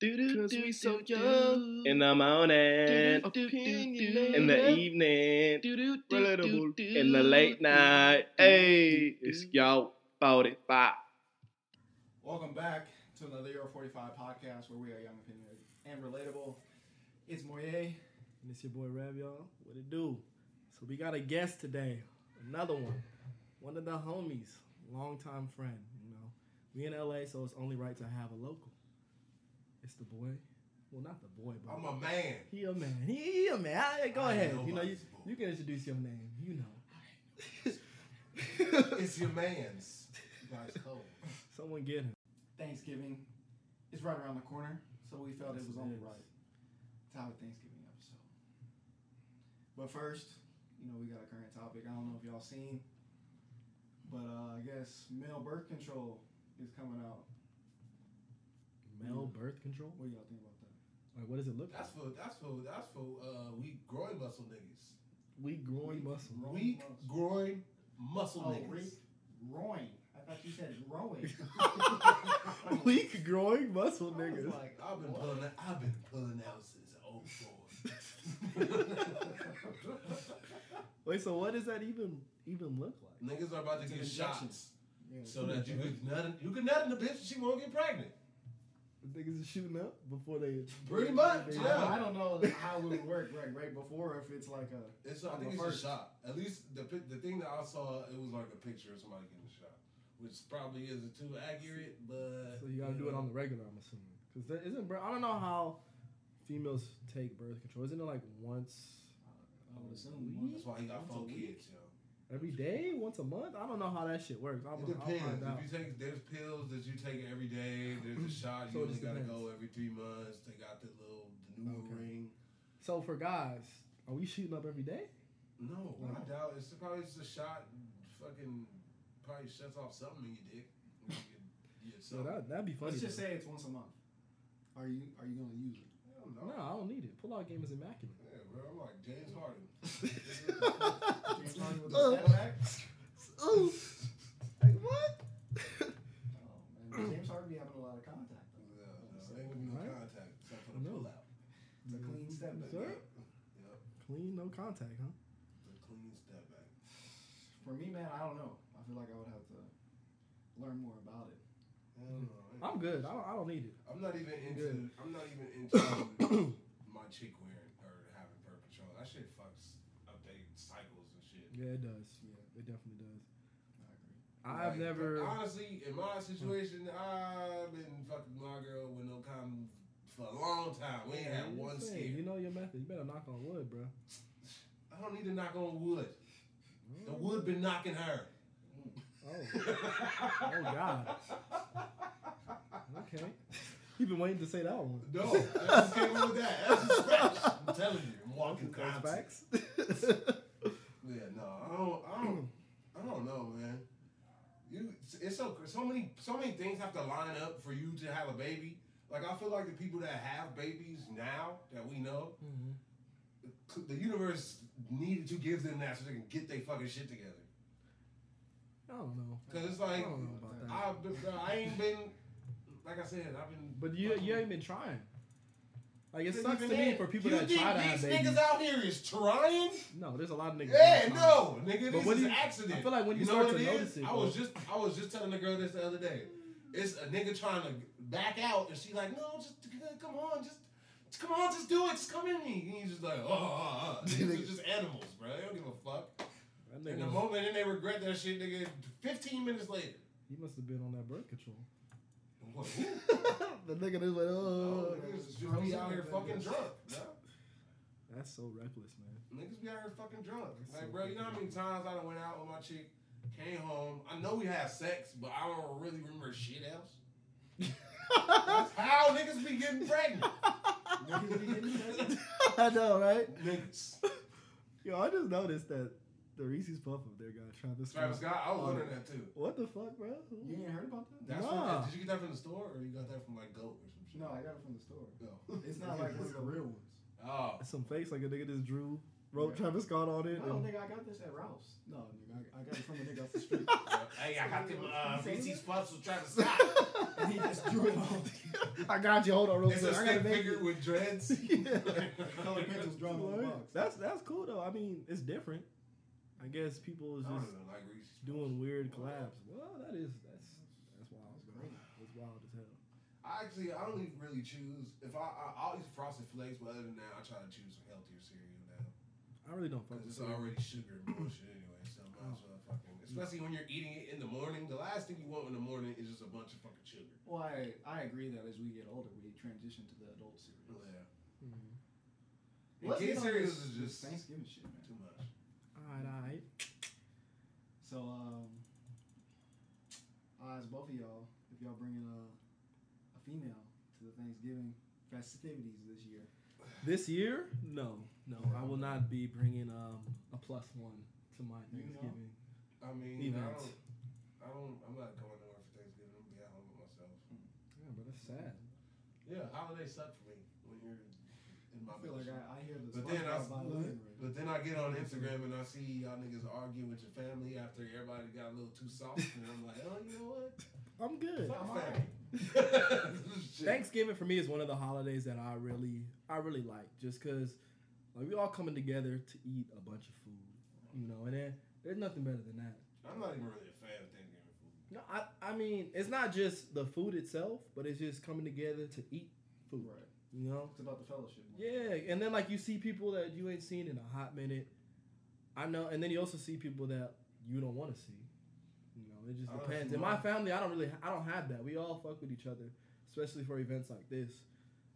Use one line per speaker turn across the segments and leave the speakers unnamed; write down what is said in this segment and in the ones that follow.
Cause we so young. In the morning.
Opinionated.
In the evening.
Relatable.
In the late night. Hey, it's y'all 45.
Welcome back to another Euro 45 podcast where we are young, opinionated, and relatable. It's Moyer.
And it's your boy Rev, y'all. What it do? So we got a guest today, another one, one of the homies, longtime friend. You know, we in LA, so it's only right to have a local. It's the boy. Well, not the boy, but
I'm a man.
he a man. He, he a man. I- go
I ain't
ahead. You know, you,
nobody's boy.
you can introduce your name. You know.
It's your man's.
Guys, hello.
Someone get him.
Thanksgiving is right around the corner, so we felt
Yes,
it was
it
only
is.
right to have a Thanksgiving episode. But first, you know, we got a current topic. I don't know if y'all seen, but uh, I guess male birth control is coming out.
Male birth control.
What do y'all think about that?
Like, what does it look like?
That's for that's for that's for uh we groin muscle niggas.
Weak groin muscle.
Groin
Weak
muscle.
groin muscle
Oh,
niggas.
weak. Groin. I thought you said growing.
Weak groin muscle,
I was
niggas.
like,
I've been
What?
pulling I've been pulling out since oh four.
Wait, so what does that even even look like?
niggas are about to
It's an
get
injection.
shots so that you could nut you could nut in the bitch and she won't get pregnant.
Niggas is shooting up before they.
Pretty much,
they-
I-
yeah.
I don't know how it would work right right before if it's like a
It's I
On
think
the
it's
first.
a shot. At least the pi- the thing that I saw it was like a picture of somebody getting shot, which probably isn't too accurate, but
So you gotta do it
know.
on the regular, I'm assuming. Cause there isn't. bir- I don't know how females take birth control. Isn't it like once
I would assume
That's why he got
Once a
four
week?
kids, yo.
every day, once a month? I don't know how that shit works. I'm,
It
I'll
depends.
find out.
If you take there's pills that you take every day, there's a shot
So
you
it
only
just
gotta
depends.
go every three months. They got the little the new
Okay.
ring.
So for guys, are we shooting up every day?
No, I
Wow.
doubt it's probably just a shot. Fucking probably shuts off something in your dick. You can- you get
So
something.
that that'd be funny.
Let's just
though.
say it's once a month. Are you are you gonna use it?
I don't know.
no, I don't need it. Pull out game is immaculate.
Yeah, bro, I'm like James Harden.
James Harden with
Uh.
the step back?
Ooh, oh, like what?
Oh man, James Harden be having a lot of contact.
Yeah,
though.
no, ain't gonna be no
Right?
contact except for the
No.
pullout.
It's a clean step back.
Sir?
Yep,
Clean, no contact, huh?
the clean step back.
For me, man, I don't know. I feel like I would have to learn more about it.
I don't know. I ain't-
Mm-hmm. I'm good. I don't, I don't need it.
I'm not even into.
Good.
I'm not even into my chick wearing or having birth control. That shit fucks up they cycles and shit.
Yeah, it does.
Yeah,
It definitely does.
I agree.
I've
Like,
never. Hmm.
honestly in my situation. I've been fucking my girl with no condom for a long time. We ain't
Yeah,
had
you
one
saying, You
scare.
know your method. You better knock on wood, bro.
I don't need to knock on wood. The
Hmm.
wood been knocking her.
Oh, God. okay. You've been waiting to say that one.
No, I just came up with that. That's just facts. I'm telling you, I'm walking
That's
content.
facts. That's
Yeah, no, I don't, I don't, I don't know, man. You, it's- it's so so many so many things have to line up for you to have a baby. Like I feel like the people that have babies now that we know,
Mm-hmm.
the universe needed to give them that so they can get their fucking shit together.
I don't know.
Cause it's
I
like
don't know about that.
I've been, I ain't been, like I said, I've been.
But you you ain't been trying. Like it sucks to me for people
you
that
think
try to have
these
babies.
niggas out here is trying.
No, there's a lot of niggas. that
Yeah,
try.
no, nigga,
But
this
when
is
you-
an accident.
I feel like when you
know
start
what
to
it is?
notice it,
I
bro.
was just, I was just telling the girl this the other day. It's a nigga trying to back out, and she's like, "No, just come on, just, just come on, just do it, just come in me." And he's just like, "Oh, oh, oh. Niggas are just animals, bro. They don't give a fuck."
That
In the
nigga,
moment, and they regret that shit, nigga. Fifteen minutes later.
he must have been on that birth control.
What?
the nigga just went,
Oh,
oh.
niggas just be out here fucking drunk, bro.
That's so reckless, man.
Niggas be out here fucking drunk.
That's so
Like, bro, you know how many times I done went out with my chick, came home. I know we had sex, but I don't really remember shit else. That's how niggas be getting pregnant.
Niggas be getting pregnant.
I know, right?
niggas.
Yo, I just noticed that the Reese's Puff up there got Travis Scott.
Travis Scott, I was wondering that too.
What the fuck, bro?
You ain't heard about that?
That's
Nah.
from, did you get that from the store or you got that from like Goat or some shit?
No, I got it from the store.
No.
It's not like one of the real ones.
Oh.
Some face like a nigga just drew wrote Travis Scott on it.
I don't
and-
think I got this at Ralph's. No, nigga, I, I got it from a nigga off the street.
hey, I got them uh, VC spots with Travis Scott.
and he just drew it on.
I got you. Hold on, real
It's
quick.
a
I gotta
stick
make
figure with dreads.
Color pencils drawn on the
Like,
box.
That's that's cool though. I mean, it's different. I guess people is
I don't
just
even like Reese's.
doing weird collabs. Well, that is that's that's wild.
That's
bro.
great.
That's wild as hell.
I actually, I don't even really choose. If I, I I'll eat frosted flakes, but other than that, I try to choose some healthier cereal now
I really don't fuck with
because it's
cereal.
already sugar and bullshit anyway. So might as well fucking. Especially when you're eating it in the morning, the last thing you want in the morning is just a bunch of fucking sugar.
Well, I, I agree that as we get older, we transition to the adult series.
Yeah,
Mhm.
and kid cereals is just
Thanksgiving shit, man.
too much.
All right, all right.
So, um, I ask both of y'all if y'all bringing a, a female to the Thanksgiving festivities this year.
This year, no, no, I will not be bringing um a plus one to my
You know.
Thanksgiving.
I mean, I
Events.
don't, I don't, I'm not going nowhere for Thanksgiving. I'm gonna be at home with myself.
Yeah, but that's sad.
Yeah, holidays suck for me when you're in
I
my.
feel like
position.
I, I hear the
But then I
SpongeBob
s-
bottle
what?
anyway.
But then I get on Instagram and I see y'all niggas arguing with your family after everybody got a little too soft, and I'm like, oh, you know what?
I'm good.
Fuck
I'm
family. Shit.
Thanksgiving for me is one of the holidays that I really, I really like, just because like we all coming together to eat a bunch of food, you know, and then there's nothing better than that.
I'm not even really a fan of Thanksgiving food.
No, I, I mean it's not just the food itself, but it's just coming together to eat food,
Right.
you know.
It's about the fellowship. man.
Yeah, and then like you see people that you ain't seen in a hot minute. I know, and then you also see people that you don't want to see. You know, it just
I don't
depends.
see
In my
mine.
family, I don't really, I don't have that. We all fuck with each other, especially for events like this.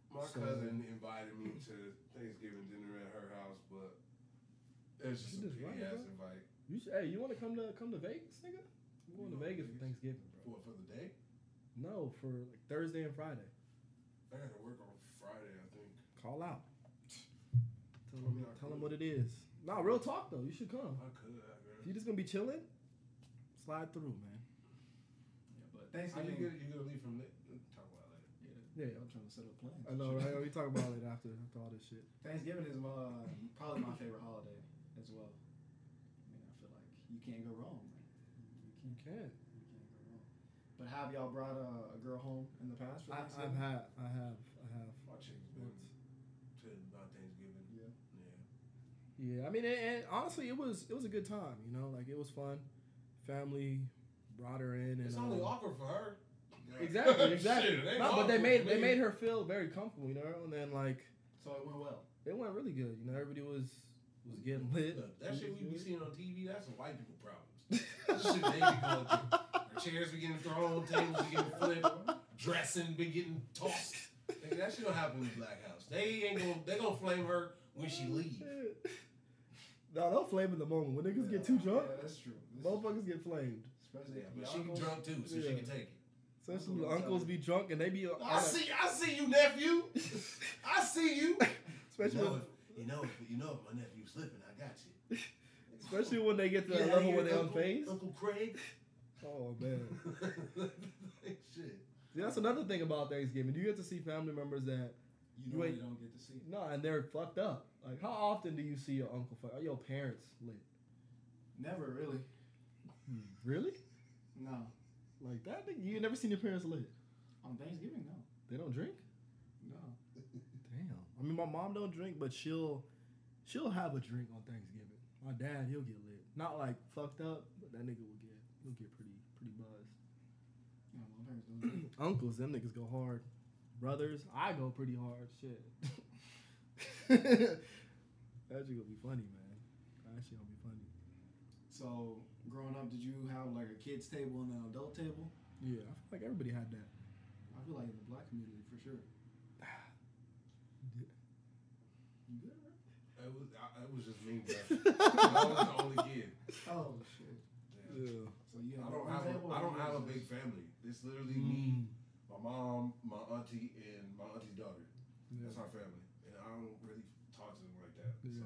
My
So-
cousin invited me to Thanksgiving dinner at her house, but it was
She
just a
just running,
petty ass
bro.
invite.
You should, hey, you want to come to come to Vegas, nigga? I'm going to Vegas for Thanksgiving, bro.
What, for the day?
No, for like Thursday and Friday.
I gotta work on Friday, I think.
Call out. Tell
I mean,
them,
I
tell them
could.
what it is. Nah, real talk though. You should come.
I could,
If
man.
you just gonna be chilling, slide through, man.
Yeah, but
How you
Thanksgiving.
gonna, you gonna leave from there? Talk about it later.
Yeah,
Yeah,
I'm trying to set up plans.
I know, right? We talk about it after after all this shit.
Thanksgiving is my probably my favorite holiday as well. I mean, I feel like you can't go wrong. Man.
You
You can't,
can.
you can't go wrong. But have y'all brought a, a girl home in the past for
I, I've
Thanksgiving?
had, I have, I have.
My chick's been
once.
to my Thanksgiving.
Yeah.
Yeah.
Yeah, I mean, and, and honestly, it was it was a good time. You know, like it was fun. Family brought her in, and
It's only
uh,
awkward for her.
exactly, exactly.
Shit, it ain't
no, but they
awkward
made
for
they
me.
made her feel very comfortable. You know, and then like
So it went well.
it went really good. You know, everybody was was getting lit.
Look, that shit we be
was
seeing on TV, that's some white people problems.
good.
That shit they be going through. Chairs be getting thrown, tables be getting flipped, dressing be getting tossed. Nigga, that shit don't happen in the black house. They ain't gonna they gonna flame her when she leave.
No, they'll flame in the moment when niggas get too drunk.
Yeah, that's true. This is-
Motherfuckers get flamed.
Especially
Yeah,
if
but
y'all
she
goes-
drunk too, so she
Yeah.
can take it.
Especially when uncles be drunk and they be.
I see I see you, nephew. I see you. You
Especially,
know, if, you know, if, you know, if my nephew's slipping, I got you.
especially when they get to that
Yeah,
level
here,
where they on
Uncle-
phase.
Uncle Craig.
Oh man.
shit.
See, that's another thing about Thanksgiving. You get to see family members that
You
You
normally
ain't-
don't get to see.
no, and they're fucked up. Like, how often do you see your uncle fuck? Are your parents lit?
Never really.
Hmm.
Really?
No.
Like that? nigga- You ain't never seen your parents lit?
On Thanksgiving, no.
They don't drink?
No.
Damn. I mean, my mom don't drink, but she'll she'll have a drink on Thanksgiving. My dad, he'll get lit. Not like fucked up, but that nigga will get he'll get pretty pretty buzzed.
No, my parents don't. do it.
Uncles, them niggas go hard. Brothers, I go pretty hard. Shit. That's gonna be funny, man. That shit gonna be funny.
So, growing up, did you have like a kids table and an adult table?
Yeah, I feel like everybody had that.
I feel like in the black community for sure. You good, bro?
It was, I, it was just me, bro. I was the only kid.
Oh shit!
Yeah.
So you have
I don't
one
have
table
a, I
and
don't
yours
have a
is-
big family. It's literally
Mm.
me, my mom, my auntie, and my auntie's daughter.
Mm.
That's our family, and I don't really talk to them like that.
Yeah.
So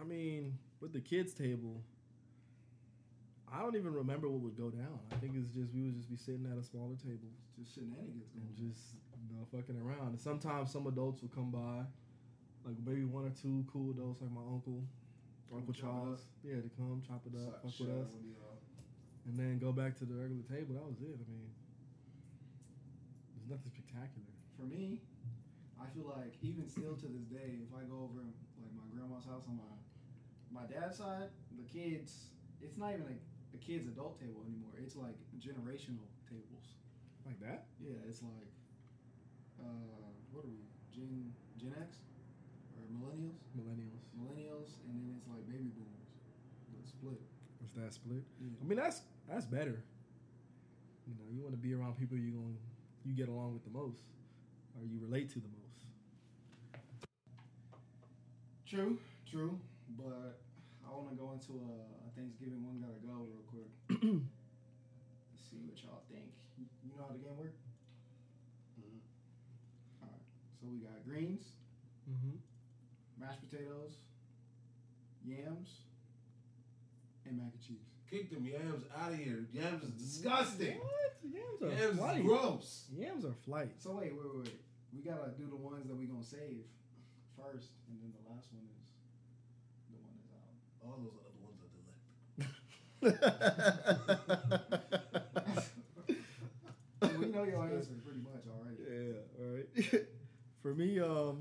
I mean, with the kids table, I don't even remember what would go down. I think it's just we would just be sitting at a smaller table
Just shenanigans
and
going.
just you know, fucking around. And sometimes some adults will come by. like maybe one or two cool adults, like my uncle, Mm-hmm. Uncle
Chop it
Charles. Yeah, to come chop it up,
Suck
fuck
shit
with us,
up with you, uh,
and then go back to the regular table. That was it. I mean, there's nothing spectacular.
For me, I feel like even still to this day, if I go over like my grandma's house on my my dad's side, the kids, it's not even a, a kids adult table anymore. It's like generational tables.
Like that?
Yeah, it's like uh, what are we? Gen Gen X or millennials?
Millennials.
Millennials, and then it's like baby boomers, but split.
It's that split.
Yeah.
I mean, that's that's better. You know, you want to be around people you going you get along with the most, or you relate to the most.
True, true, but I want to go into a, a Thanksgiving one. Gotta go real quick. Let's see what y'all think. You you know how the game work?
Mhm.
All right. So we got greens,
Mm-hmm.
mashed potatoes, yams, and mac and cheese.
Kick them yams out of here. Yams is disgusting.
What? Yams are
Yams
flight.
is gross.
Yams are flight.
So wait, wait, wait, wait. We gotta do the ones that we gonna save first, and then the last one is the one that's out.
All those other ones are delicious.
Hey, we know your answer pretty much already.
Yeah, all right. For me, um,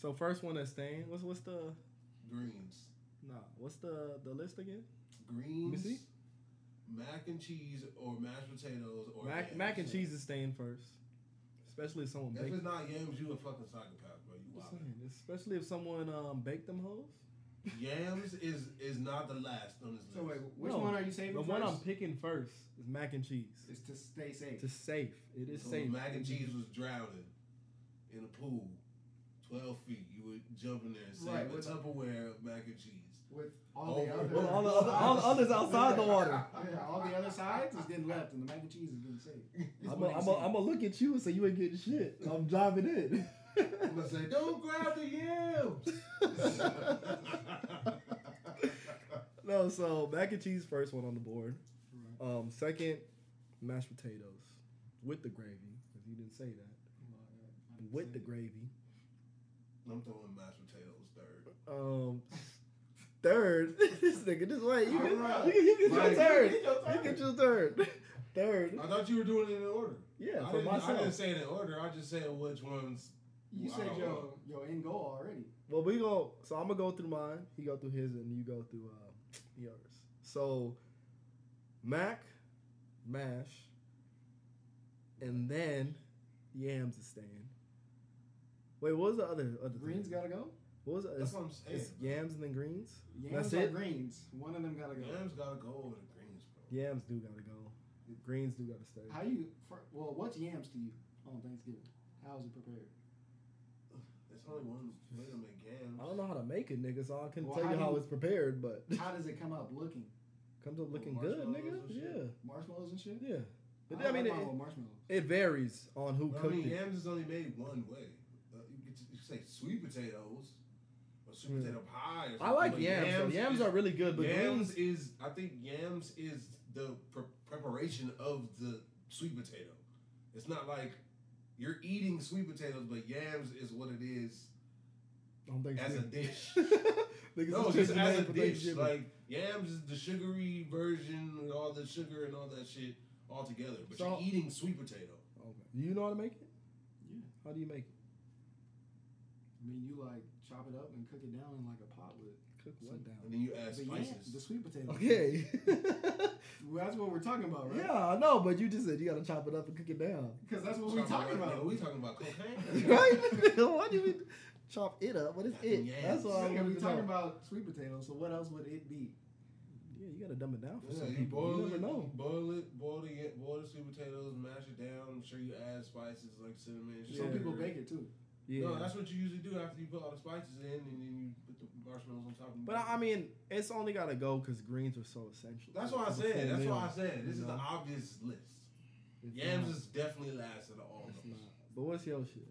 so first one that's staying. What's what's the
Greens.
nah? What's the the list again?
Greens.
see.
Mac and cheese or mashed potatoes or
mac
yams.
mac and cheese is staying first, especially if someone
If
baked.
it's not yams, you a fucking psychopath, bro. You
Just
wild.
saying, especially if someone um baked them hoes.
Yams is is not the last on this list.
So wait, which
No,
one are you saving
The
first?
one I'm picking first is mac and cheese.
is to stay safe.
It's safe. It is
So
safe.
Mac and cheese was drowning in a pool, twelve feet. You would jump in there and save
Right,
a
with-
Tupperware of mac and cheese.
With all the
Oh,
other,
with
all the other- all the others outside the water.
Yeah, all the other sides is getting left, and the mac and cheese is getting saved. It's
I'm
what he's saying.
gonna look at you and say you ain't getting shit. I'm driving in.
I'm gonna say, don't grab the yams.
no, so mac and cheese first one on the board.
Right.
Um, second, mashed potatoes with the gravy. If you didn't say that, with the gravy.
I'm throwing mashed potatoes third.
Um, third, this nigga, this way you
Alright.
can, you can, you can
Like,
choose third.
you get your
You
turn.
can choose third. Third,
I thought you were doing it in order.
yeah,
I
for
didn't, I didn't
myself.
say it in order. I just said which ones.
You
Wow.
said your your end goal already.
Well, we go. So I'm gonna go through mine. He go through his, and you go through uh, yours. So, mac, mash, and then yams is staying. Wait, what was the other other thing?
Greens gotta go.
What was it?
That's what I'm saying.
It's yams and then greens.
Yams
That's
or
it?
greens. One of them gotta go.
Yams gotta go over the greens, bro.
Yams do gotta go. Greens do gotta stay.
How you? For, well, what's yams to you on Thanksgiving? How is it prepared?
There's only one way to make yams.
I don't know how to make it, nigga, so I couldn't
Well,
tell
how
you
do
how
you-
it's prepared, but
How does it come out looking?
comes up looking
Little
good, nigga.
marshmallows and
Yeah,
shit.
Marshmallows and shit.
yeah. But,
don't
I mean,
like
it,
mine with marshmallows.
it varies on who
Well, I
cooked
mean,
it.
yams is only made one way. Uh, you, could, you could say sweet potatoes or sweet
Yeah.
potato pie. Or
I
something,
like
but
yams. Yams, yams
is-
are really good, but greens.
yams is. I think yams is the pre- preparation of the sweet potato. It's not like you're eating sweet potatoes, but yams is what it is
I don't think
as
so.
a dish.
Niggas
No,
is
just
changing
as a
name for
dish.
Thanksgiving.
Like yams is the sugary version with all the sugar and all that shit all together. But
So-
you're eating sweet potato.
okay. You know how to make it?
Yeah.
How do you make it?
I mean, you like chop it up and cook it down in like a pot with
Cook what
And
down?
then you add
the, yam,
spices.
the sweet potato.
Okay.
Well, that's what we're talking about, right?
yeah, I know, but you just said you gotta chop it up and cook it down.
Because that's what we're talking about.
We talking about cocaine.
right? Why do you even chop it up? What is it?
Yams.
That's all I
Nigga,
want
we
to
talking
know.
about sweet potatoes, so what else would it be?
Yeah, you gotta dumb it down for
Yeah,
some
you
people.
boil
You
it,
never know.
boil it, boil the yam- boil the sweet potatoes, mash it down. I'm sure you add spices like cinnamon.
Some
Yeah.
people bake it too.
Yeah.
No, that's what you usually do after you put all the spices in, and then you put the marshmallows on top. And
but I I mean, it's only gotta go because greens are so essential.
that's why I
It's a full
said. That's
meal.
why I said. This is the
No.
obvious list.
It's
Yams
not.
is definitely last of all
It's
of
not.
them.
But what's your shit?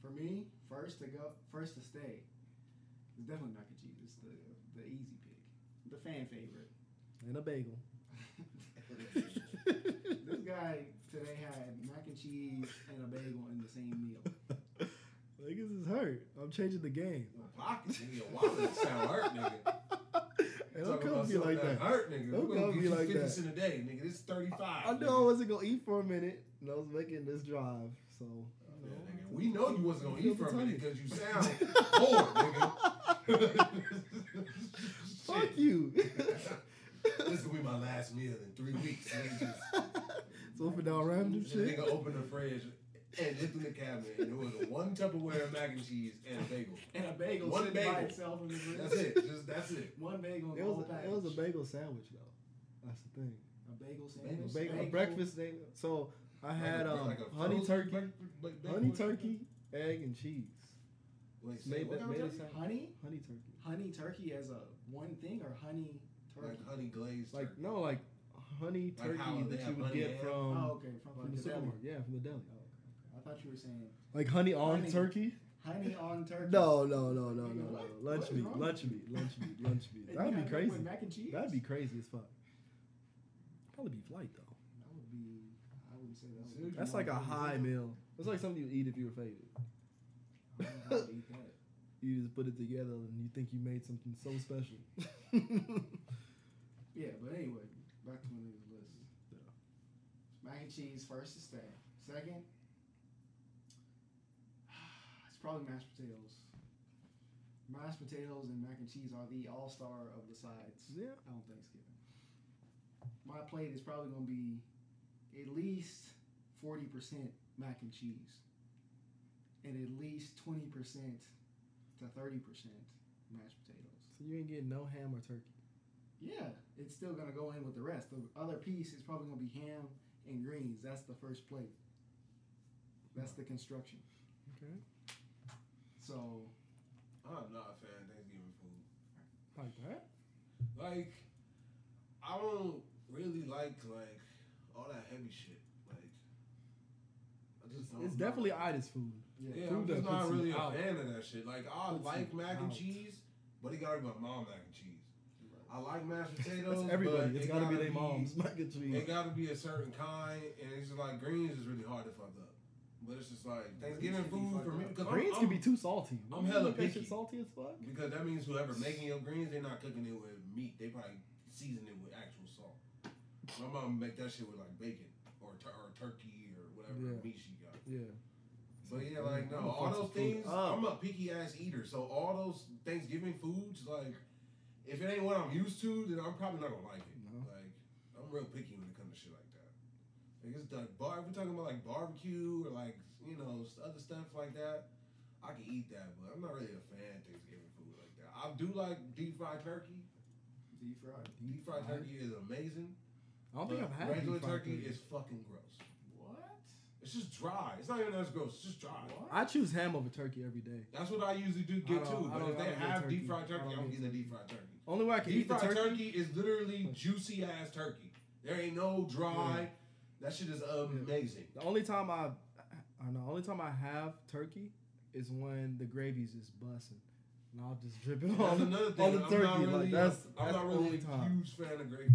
For me, first to go, first to stay, is definitely mac and cheese. It's the the easy pick, the fan favorite.
And a bagel.
This guy today had mac and cheese and a bagel in the same meal.
Niggas is hurt. I'm changing the game.
Your pockets and your wallet sound hurt, nigga.
And
Talking
don't come
about
to me
something
like that.
Hurt, nigga.
Don't
We're gonna
come
get
to
you
me like
50
that.
cent a day, nigga. This 35.
I knew I
nigga.
wasn't gonna eat for a minute, and I was making this drive. So you
Yeah,
know,
nigga, We know you wasn't gonna
Feel
eat for a
the
minute
tummy.
because you sound poor, nigga.
fuck
Shit.
you.
This will be my last meal in three weeks. Nigga,
so for down random
just, nigga
shit.
opened the fridge and looked in the cabinet, and there was one Tupperware of mac and cheese and a bagel.
And a bagel
One
sitting by
bagel.
itself in the fridge.
That's it. Just that's it.
One bagel.
It
in the
was
whole
a, it was a
package.
bagel sandwich though. That's the thing.
A bagel
A
sandwich.
bagel, a breakfast thing. So I had
a-
um,
a
honey
frozen
turkey,
break- break- break-
honey
break-
turkey, egg and cheese.
Wait, say
Made
what
that
kind
made
of
it
turkey?
sound
Honey,
honey turkey.
honey turkey as a one thing or honey turkey?
like honey glazed.
Like
turkey.
no, like honey
Like
turkey
how they
that you
have
would
honey
get
ham?
from
oh, okay. From,
from
like
the
the deli.
supermarket. Yeah, from the deli.
Oh, okay. I thought you were saying
Like honey on
Honey.
turkey.
honey on turkey.
No, no, no, no, no,
Nigga,
no.
what?
Lunch
What is
meat,
wrong
lunch meat, lunch meat, lunch meat.
And
That'd be
you have that
crazy.
With mac and cheese.
That'd be crazy as fuck. Probably be flight though.
That would be. I wouldn't say that.
Seriously?
Would
That's like a high meal. That's like something you eat if you were faded.
I don't know how to eat that.
You just put it together and you think you made something so special.
Yeah, but anyway, back to my niggas list. Mac and cheese first is there. Second, it's probably mashed potatoes. Mashed potatoes and mac and cheese are the all star of the sides
yeah.
on Thanksgiving. My plate is probably gonna be at least forty percent mac and cheese, and at least twenty percent to thirty percent mashed potatoes.
So you ain't getting no ham or turkey.
Yeah, it's still gonna go in with the rest. The other piece is probably gonna be ham and greens. That's the first plate. That's the construction.
Okay.
So
I'm not a fan of Thanksgiving food.
Like that?
Like, I don't really like like all that heavy shit. Like, I just don't.
It's definitely Ida's food.
Yeah,
food
I'm
that
just not
puts you
really a
out.
fan of that shit. Like, I
Puts
like
you
mac and
out.
cheese, but it gotta be my mom mac and cheese. I like mashed potatoes.
That's
but
everybody. It's
it
gotta, be their mom's mac and cheese.
It gotta be a certain kind, and it's just like greens is really hard to fuck up. But it's just like Thanksgiving
can be
food
fucked
for me.
up.
Cause I'm-
Greens
I'm,
can be too salty.
I'm hella
That shit
picky.
salty as fuck.
Because that means whoever making your greens, they're not cooking it with meat. They probably season it with actual salt. My mom make that shit with like bacon or tur- or turkey or whatever
Yeah.
meat she got.
Yeah.
But yeah, like no,
I'ma
all
fuck
those
some food
things.
up.
I'm a picky ass eater, so all those Thanksgiving foods, like if it ain't what I'm used to, then I'm probably not gonna like it.
No.
Like I'm real picky when it comes to shit like that. Like it's like bar. If we're talking about like barbecue or like you know s- other stuff like that, I can eat that, but I'm not really a fan of Thanksgiving food like that. I do like deep fried turkey.
deep fried.
Deep fried turkey is amazing.
I don't think
but
I've had
regular
deep fried
turkey, is fucking gross.
What?
It's just dry. It's not even as gross. It's just dry.
What?
I choose ham over turkey every day.
That's what I usually do
I don't-
get too.
I
But
don't-
if
I
they
don't get
have
turkey.
deep fried
I
turkey,
don't
I'm
get
getting a deep fried turkey.
Only way I can
Deep
eat the
fried
turkey.
turkey. is literally juicy ass turkey. There ain't no dry. That shit is amazing.
The only time I, I don't know. Only time I have turkey is when the gravy's just busting, and I'll just drip it
That's
on,
another
on
thing.
the
I'm
turkey.
not really,
like that's
I'm
that's
not
the
really
only
a
time.
huge fan of gravy.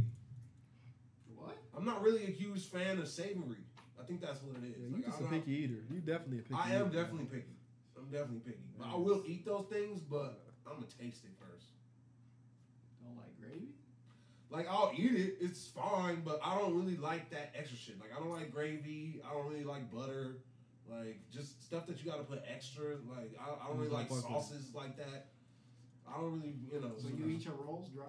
What?
I'm not really a huge fan of savory. I think that's what it is.
Yeah, you
Like,
just
I'm
a
not-
picky eater. You definitely a picky.
I am
eater.
definitely picky. I'm definitely picky. But I will eat those things, but I'm gonna taste it first.
Don't like gravy?
Like I'll eat it, it's fine, but I don't really like that extra shit. Like I don't like gravy, I don't really like butter, like just stuff that you gotta put extra. Like I, I don't really like
Fuck with it.
sauces like that. I don't really, you know.
So you eat your rolls dry?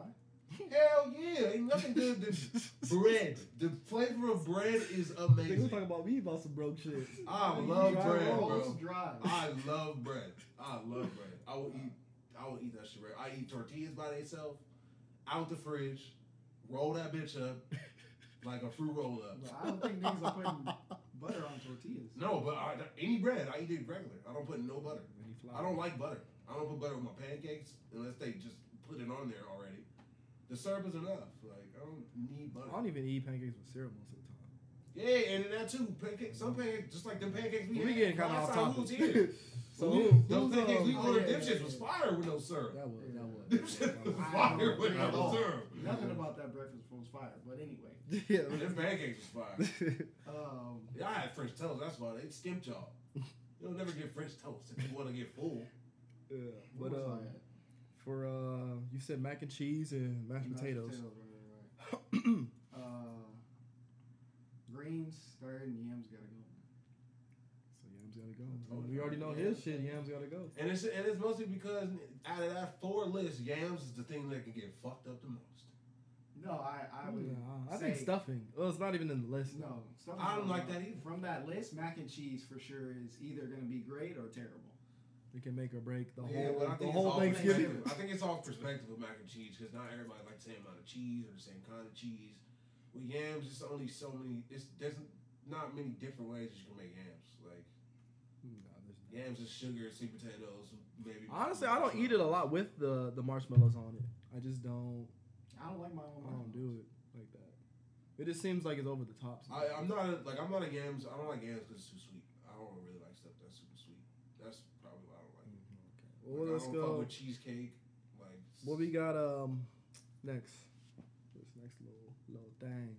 Hell yeah, ain't nothing good than bread. The flavor of bread is
Nigga, we talking
amazing.
about me about some broke shit.
I
You
love
eat your
bread,
rolls
bro.
Dry.
I love bread. I love bread. I will eat. I will eat that shit. Right. I eat tortillas by themselves, out the fridge, roll that bitch up like a fruit roll up.
But I don't think niggas are putting butter on tortillas.
No, but I, any bread, I eat it regular. I don't put no butter.
Any flour.
I don't like butter. I don't put butter on my pancakes unless they just put it on there already. The syrup is enough. Like I don't need
I
butter.
don't even eat pancakes with syrup most of the time.
Yeah, and then that too. Pancakes, some pancakes, just like the pancakes we,
We
had
getting kind of
last
off
time we was
topic.
here.
So
we,
who-
those
who's,
things
um,
we
oh,
ordered
yeah,
dipshits
yeah, yeah.
was fire with no syrup.
That was that was.
Dipshits was
I
fire
don't
with
know.
no syrup.
Nothing about that breakfast was fire, but anyway.
And Them pancakes was fire.
Um,
Y'all had French toast. That's why they skipped y'all. You'll never get French toast if you want to get full.
yeah,
what
but
was
uh,
I at?
for uh, you said mac and cheese and mashed
Mashed
potatoes.
right, right, right. uh, greens, third, and yams gotta go.
So yams gotta
I
go.
told
We
you.
already know
Yeah.
his shit. Yams gotta go.
And it's and it's mostly because out of that four list, yams is the thing that can get fucked up the most.
No, I, I would.
Nah, I
say,
think stuffing. Well, it's not even in the list.
No, stuff
I don't like that either.
From that list, mac and cheese for sure is either gonna be great or terrible.
It can make or break the
Yeah,
whole
but I
the
think it's
whole
all
Thanksgiving.
perspective. I think it's all perspective with mac and cheese because not everybody like the same amount of cheese or the same kind of cheese. With yams, it's only so many. It's there's not many different ways that you can make yams. Like
Mm, Nah, there's not.
yams is sugar, sweet potatoes, maybe.
Honestly, I don't eat it a lot with the the marshmallows on it. I just don't.
I don't like my
I don't
own.
do it like that. It just seems like it's over the top.
I, I'm not a, like I'm not a yams. I don't like yams because it's too sweet. I don't really like stuff that's super sweet. That's probably why I don't like. it.
well,
Like,
let's
I don't fuck
go.
with cheesecake. Like
What we got um next? This next little little thing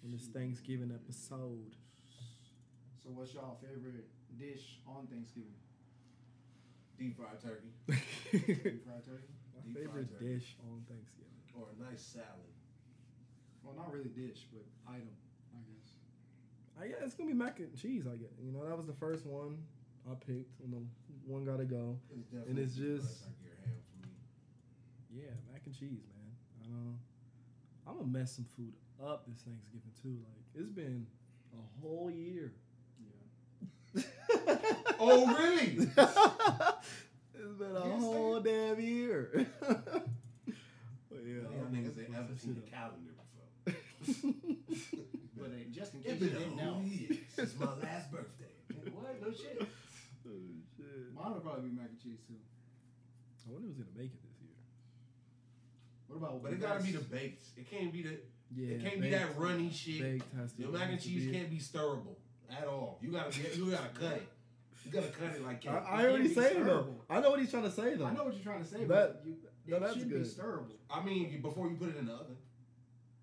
in this Thanksgiving episode.
So, what's y'all favorite dish on Thanksgiving?
deep fried turkey
My
Deep fried turkey?
Deep fried
favorite
turkey.
dish on Thanksgiving.
or a nice salad.
Well, not really dish, but item, I guess.
I guess it's gonna be mac and cheese. I guess you know that was the first one I picked, and the one gotta go.
It's definitely
it's
deep fried
just-
turkey or ham for me.
Yeah, mac and cheese, man. I don't. I'm gonna mess some food up this Thanksgiving too. Like it's been a whole year.
Yeah.
Oh, really?
it's been a
You say-
whole damn year. but yeah,
Y'all
I'm
niggas
gonna
ain't
mess
ever
this
seen
shit
a calendar before.
up.
But uh, just in case
It's
you
been a
didn't know.
whole year since my last birthday.
What? No shit.
Oh, shit.
Mine would probably be mac and cheese too.
I wonder who's gonna make it this year.
What about?
But it gotta be the base. It can't be the.
Yeah,
it can't be that runny shit.
Baked has to
Your mac and
has to
cheese
be it.
can't be stirrable at all. You gotta be, you gotta cut it. You gotta cut it like cake.
I, I already
be
said it though.
terrible.
I know what he's trying to say though.
I know what you're trying to say,
That-
but you,
no,
it
that's
should be
good.
stirrable.
I mean, you- before you put it in the oven,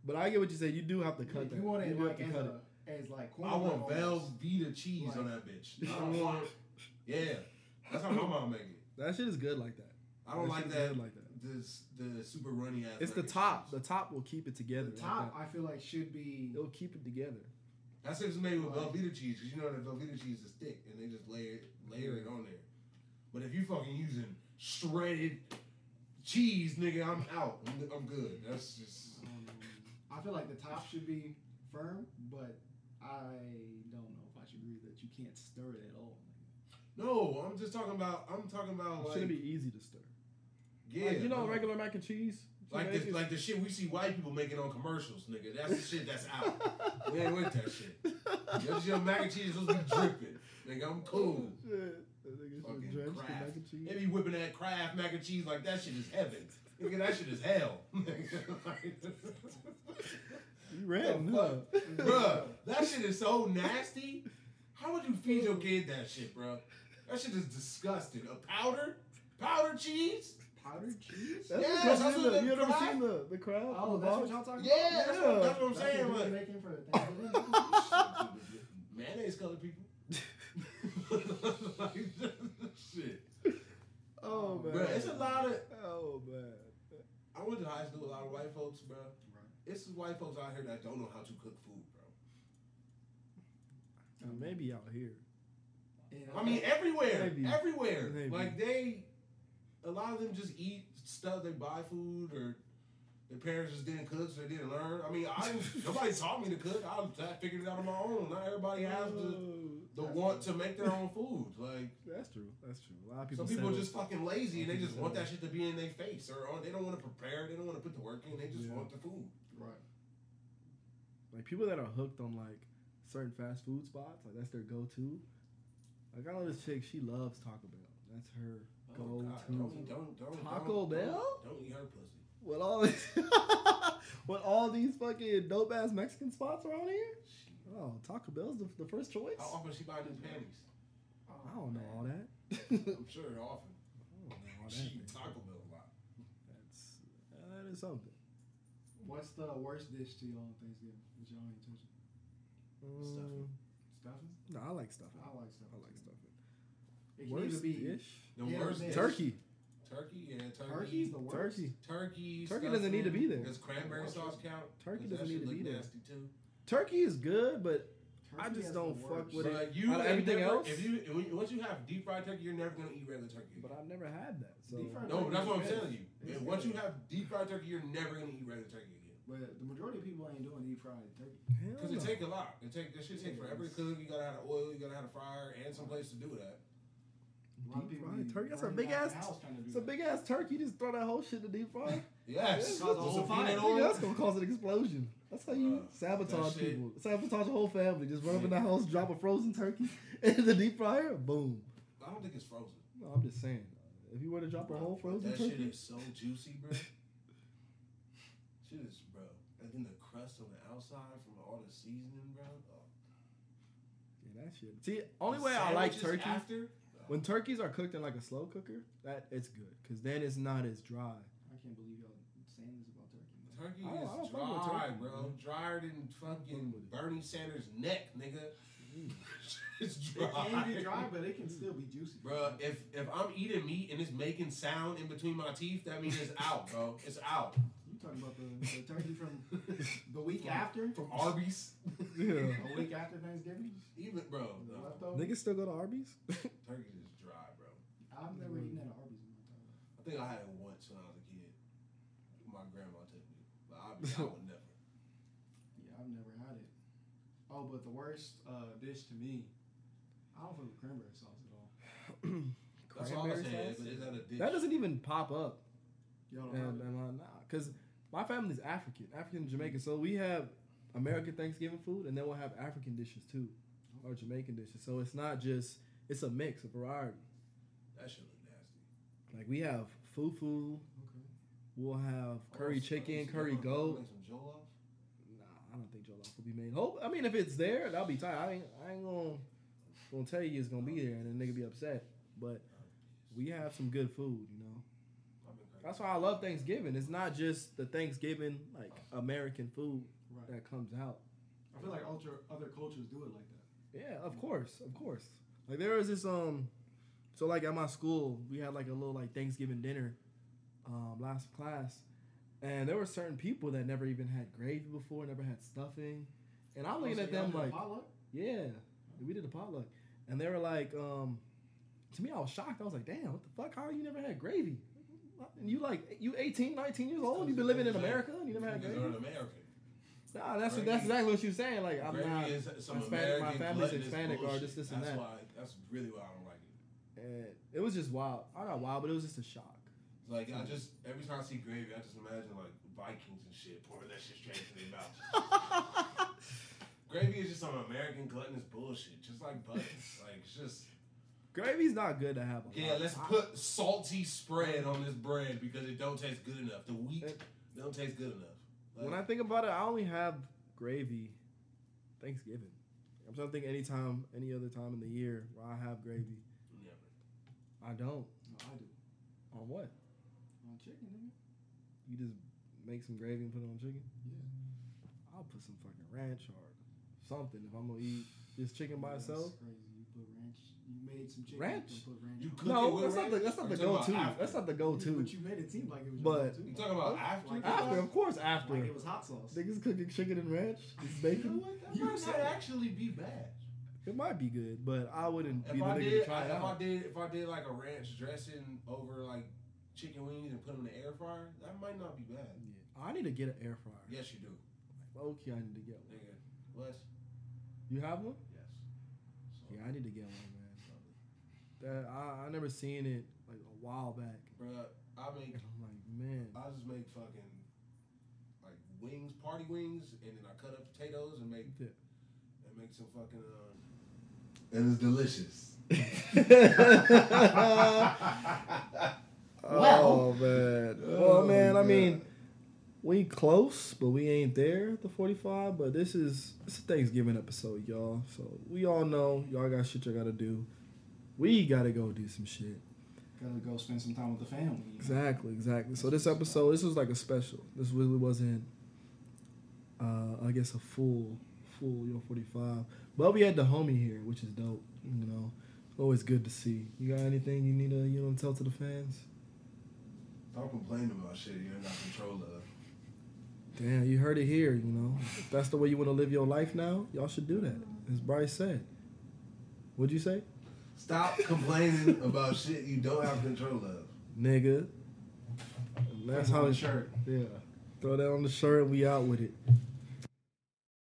But I get what you said. You do have to cut
If
that.
you want it
do
like as, a, as like corn.
I want Velveeta cheese on that bitch. I don't want, yeah, that's how my mom make it.
That shit is good like that.
I don't
That
like
shit's
that.
good like that.
This the super runny ass.
It's the
mac and
top.
cheese.
The top will keep it together. like
The top,
that.
I feel like should be.
It'll keep it together.
That's if it's made with Velveeta cheese, because you know that Velveeta cheese is thick, and they just layer it, layer it on there. But if you fucking using shredded cheese, nigga, I'm out. I'm, I'm good. That's just.
Um, I feel like the top should be firm, but I don't know if I should agree that you can't stir it at all.
No, I'm just talking about. I'm talking about
It
like
shouldn't be easy to stir.
yeah,
Like, you know,
no.
regular mac and cheese. you
like
make
the,
it-
like the shit we see white people making on commercials, nigga. That's the shit that's out. We ain't with that shit. Your, your mac and cheese supposed to be dripping, nigga. I'm cool.
Shit. That nigga should
Fucking
drench the
Kraft.
mac and cheese.
They be whipping that craft mac and cheese like that shit is heaven. Nigga, that shit is hell.
You ran,
The
huh?
Bruh, that shit is so nasty. How would you feed your kid that shit, bruh? That shit is disgusting. A powder? Powder cheese?
Powdered cheese?
That's
Yes,
what
that's
you
what
seen
the
the- you ever
Kraft-
seen the the crowd?
Oh, that's what y'all talking
Yeah,
about?
that's, what, that's what I'm
That's
saying.
what
Like,
you're making for Thanksgiving?
Mayonnaise colored people. like, shit.
Oh man,
Bro, it's a lot of.
Oh man,
I went to high school with a lot of white folks, bro.
Right.
It's some white folks out here that don't know how to cook food, bro.
Now, maybe out here.
And
I
eh.
mean, everywhere.
Maybe.
Everywhere.
Maybe.
Like, they. A lot of them just eat stuff. They buy food or. Their parents just didn't cook, so they didn't learn. I mean, I nobody taught me to cook. I, I figured it out on my own. Not everybody has the,
Oh,
the want to make their own food. Like,
That's true. That's true. A lot of people.
Some people are
settle-
just fucking lazy and they just
People
want that shit to be in their face or or they don't want to prepare, they don't want to put the work in, they just
Yeah.
want the food.
Right.
like people that are hooked on like certain fast food spots, like that's their go to. Like I know this chick, she loves Taco Bell. That's her
Oh,
go
God,
to.
don't, don't, don't,
Taco
don't-
Bell?
Don't, don't eat her pussy.
With all with all these fucking dope ass Mexican spots around here.
Shit.
Oh, Taco Bell's the, the first choice.
How often she buy new panties?
Oh,
I don't know all that.
I'm sure often.
I don't know all Oh, that.
She
man.
Taco Bell a lot.
That's that is something.
What's the worst dish to y'all on Thanksgiving that y'all ain't touching?
Mm,
Stuffing?
no, I like stuffing.
I like stuffing.
I like stuffing.
It can either
Worst
be
dish?
The
Yeah,
worst
man.
dish-
Turkey.
Turkey, yeah, turkey.
turkey's the worst.
Turkey.
Turkey.
Turkey doesn't need to be there.
Does cranberry sauce count?
Turkey
'Cause
doesn't need to
that shit look
be there.
nasty too.
Turkey is good, but I
Turkey
just
is
don't
the
fuck
worst.
with it.
But you
Out of
ain't
everything
never-
else?
If you if you- once you have deep fried turkey, you're never gonna eat regular turkey.
but I've never had that. So
Deep fried-
no, but that's what I'm
It's
telling you.
it's
If- once you
good.
have deep fried turkey, you're never gonna eat regular turkey again.
But the majority of people ain't doing deep fried turkey.
Hell
Because it
no.
take a lot. It take that shit take forever to cook. You gotta have the oil. You gotta have the fryer and some place to do it at.
A lot of
Deep
people
fried
be
turkey? That's a
running
big
out
ass-
the house trying to do
it's a
that.
big ass turkey. You just throw that whole shit in the deep fryer.
Yes.
Yeah, cause the
With some
whole
peanut
fire.
oil.
Nigga, that's gonna cause an explosion. That's how you
Uh,
sabotage
that shit-
people. Sabotage a whole family. Just run up in the
Yeah.
house, drop a frozen turkey in the deep fryer. Boom.
I don't think it's frozen.
No, I'm just saying. If you were to drop a whole frozen
that shit
turkey,
is so juicy, bro. shit is, bro. And then the crust on the outside from all the seasoning, bro. Oh.
yeah, that shit. See, only
The
way I like
sandwiches
turkey
after.
when turkeys are cooked in like a slow cooker, that it's good because then it's not as dry.
I can't believe y'all saying this about turkey. man.
Turkey
I don't- I
is
don't fuck with
dry,
turkey,
bro.
man.
Drier than fucking Bernie Sanders' neck, nigga.
Mm.
it's
It can be dry,
dry,
but it can still be juicy.
bro. If if I'm eating meat and it's making sound in between my teeth, that means it's out, bro. It's out.
You talking about the, the turkey from the week after?
From Arby's,
Yeah.
A week after Thanksgiving?
even bro.
The
No.
leftover?
Niggas still go to Arby's.
Turkey is dry, bro.
I've never eaten at Arby's in my entire life.
I think I had it once when I was a kid. My grandma took me, but I, be I would never.
Yeah, I've never had it. Oh, but the worst uh, dish to me, I don't fuck with cranberry sauce at all.
That's all I'm
Cranberry
saying.
sauce?
But is that a dish?
That doesn't even pop up.
Y'all don't
And,
have it?
and uh, nah, because my family's African, African Jamaican. So we have American Thanksgiving food, and then we'll have African dishes too, or Jamaican dishes. So it's not just it's a mix, a variety.
That shit look nasty.
Like we have fufu,
Okay.
we'll have curry
Oh,
chicken,
so
curry
you wanna
goat.
Make some jollof.
Nah, I don't think jollof will be made. Hope I mean if it's there, that'll be tight. I ain't I ain't gonna gonna tell you it's gonna be there, and then nigga be upset. But we have some good food, you know.
I'm in curry.
That's why I love Thanksgiving. It's not just the Thanksgiving like American food
Right.
that comes out.
I feel like ultra, other cultures do it like that.
Yeah, of course, of course. Like there was this um, so like at my school we had like a little like Thanksgiving dinner, um, last class, and there were certain people that never even had gravy before, never had stuffing, and I'm looking
Oh, so
at
y'all
them
do a
like,
potluck?
yeah, we did a potluck, and they were like, um, to me I was shocked. I was like, damn, what the fuck? How you never had gravy? And you like you 18, 19 years old, you've been living in America and you never had
Niggas
gravy.
are an American.
Nah, that's
Gravy.
that's exactly what she was saying. Like I'm
Gravy
not.
is some
Hispanic, my
American
family's
gluttonous
Hispanic, or
bullshit.
this, this, and
that's
that.
Why, that's really why I don't like it.
And it was just wild. I got wild, but it was just a shock.
It's Like I just every time I see gravy, I just imagine like Vikings and shit pouring that shit straight into their mouth. gravy is just some American gluttonous bullshit, just like butter. like it's just
Gravy's not good to have. a
yeah,
lot.
let's
I-
put salty spread on this bread because it don't taste good enough. The wheat
It-
don't taste good enough. Like,
when I think about it, I only have gravy Thanksgiving. I'm trying to think any time, any other time in the year where I have gravy.
never.
I don't.
No, I do.
On what?
On chicken, nigga.
You just make some gravy and put it on chicken?
Yeah.
I'll put some fucking ranch or something if I'm gonna eat this chicken by
That's
itself.
crazy. You put ranch. You made some chicken.
Ranch?
You put ranch. on
You
it.
cook it
No,
with
that's not the
ranch?
that's not
Or
the
you talking
go
about
to.
after?
That's not the go to.
But you made it seem like it was.
But-
your go-to.
You talking about after?
Like,
After, of course, after.
Like it was hot sauce.
Niggas cooking chicken and ranch, just
You know
bacon.
what? That
You
might not
said-
actually be bad.
It might be good, but I wouldn't be
If
the
I
nigga
did,
to
I,
try it
if I
out.
did, if I did like a ranch dressing over like chicken wings and put them in the air fryer, that might not be bad.
Yeah. I need to get an air fryer.
Yes, you do,
Okay, I need to get one.
nigga. Wes.
You have one?
Yes. So,
Yeah, I need to get one, man. That I, I never seen it like a while back.
Bruh, I make,
And I'm like, man,
I just make fucking like wings, party wings, and then I cut up potatoes and make
Yeah.
and make some fucking. Uh, and it's delicious.
oh man, oh
Oh,
man. I
God.
mean, we close, but we ain't there at the forty-five. But this is it's a Thanksgiving episode, y'all. So we all know y'all got shit y'all gotta do. We gotta go do some shit.
Gotta go spend some time with the family. you know?
Exactly, exactly. So this episode, this was like a special. This really wasn't, uh, I guess, a full, full Yo 45. But we had the homie here, which is dope. You know, always good to see. You got anything you need to, you know, tell to the fans?
Don't complain about shit you're not in control of.
Damn, you heard it here. You know, if that's the way you want to live your life now. Y'all should do that, as Bryce said. What'd you say,
Stop complaining about shit you don't have control of.
nigga? And
Put
That's
it
how
on the
it's
shirt.
Yeah. Throw that on the shirt. We out with it.